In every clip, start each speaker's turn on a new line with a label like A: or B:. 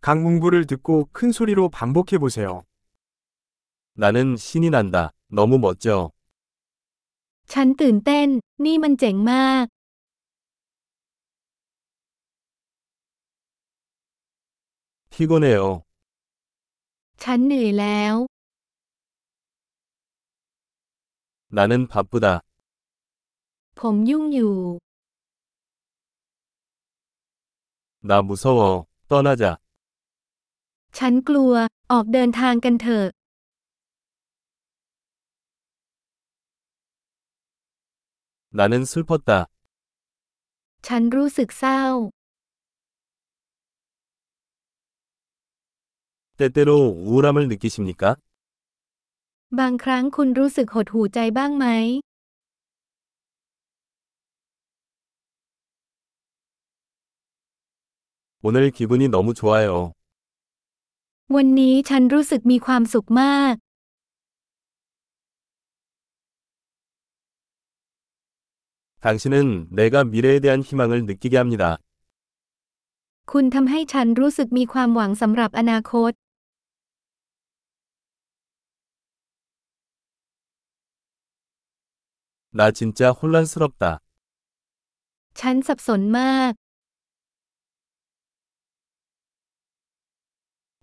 A: 각 문구를 듣고 큰 소리로 반복해 보세요.
B: 나는 신이 난다. 너무 멋져.
C: ฉันตื่นเต้น นี่มันเจ๋งมาก
B: 피곤해요.
C: ฉันเหนื่อยแล้ว
B: 나는 바쁘다.
C: ผมยุ่งอยู่
B: 나 무서워. 떠나자.
C: ฉันกลัว ออกเดินทางกันเถอะ
B: 나는 슬펐다.
C: ฉันรู้สึกเศร้า
B: 때때로 우울함을 느끼십니까?
C: บางครั้งคุณรู้สึกหดหู่ใจบ้างไหม
B: 오늘 기분이 너무 좋아요.
C: วันนี้ฉันรู้สึกมีความสุขมาก
B: 당신은 내가 미래에 대한 희망을 느끼게 합니다.
C: คุณทำให้ฉันรู้สึกมีความหวังสำหรับอนาคต
B: 나 진짜 혼란스럽다.
C: ฉันสับสนมาก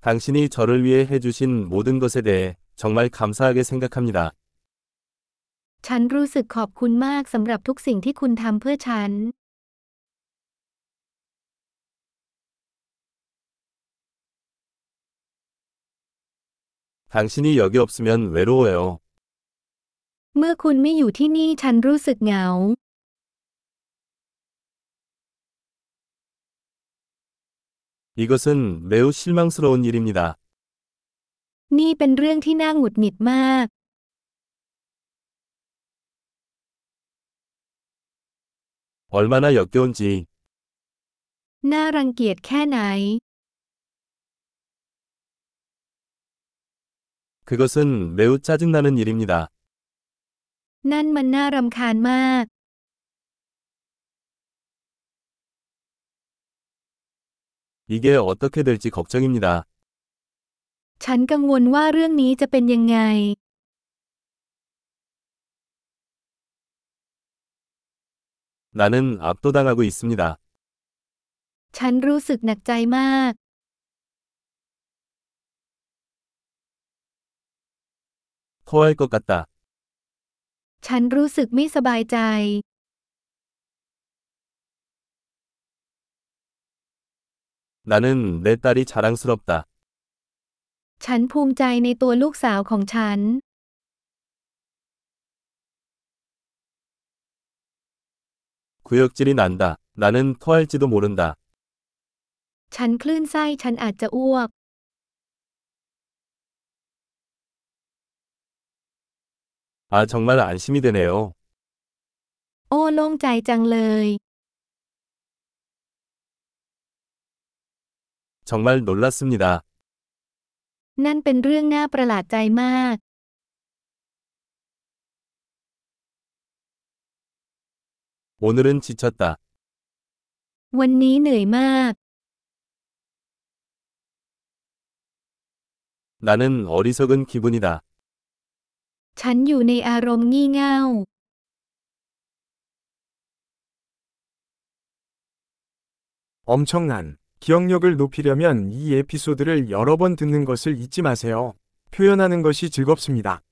B: 당신이 저를 위해 해주신 모든 것에 대해 정말 감사하게 생각합니다.
C: ฉันรู้สึกขอบคุณมากสำหรับทุกสิ่งที่คุณทำเพื่อฉัน
B: 당신이 여기 없으면 외로워요.
C: เมื่อคุณไม่อยู่ที่นี่ฉันรู้สึกเหงา
B: 이것은 매우 실망스러운 일입니다.
C: นี่เป็นเรื่องที่น่าหงุดหงิดมาก
B: 얼마나 역겨운지.
C: น่ารังเกียจแค่ไหน
B: 그것은 매우 짜증나는 일입니다.
C: นั่นมันน่ารำคาญมาก
B: 이게 어떻게 될지 걱정입니다.
C: ฉันกังวลว่าเรื่องนี้จะเป็นยังไง
B: 나는 압도당하고 있습니다.
C: ฉันรู้สึกหนักใจมาก
B: 토할 것 같다.
C: ฉันรู้สึกไม่สบายใจ
B: 나는 내 딸이 자랑스럽다.
C: ฉันภูมิใจในตัวลูกสาวของฉัน
B: 구역질이 난다. 나는 토할지도 모른다.
C: ฉันคลื่นไส้ฉันอาจจะอ้วก
B: 아, 정말 안심이 되네요.
C: โอ้โล่งใจจังเลย
B: 정말 놀랐습니다.
C: นั่นเป็นเรื่องน่าประหลาดใจมาก
B: 오늘은 지쳤다.
C: วันนี้เหนื่อยมาก
B: 나는 어리석은 기분이다.
C: ฉันอยู่ในอารมณ์งี่เง่า
A: 엄청난 기억력을 높이려면 이 에피소드를 여러 번 듣는 것을 잊지 마세요. 표현하는 것이 즐겁습니다.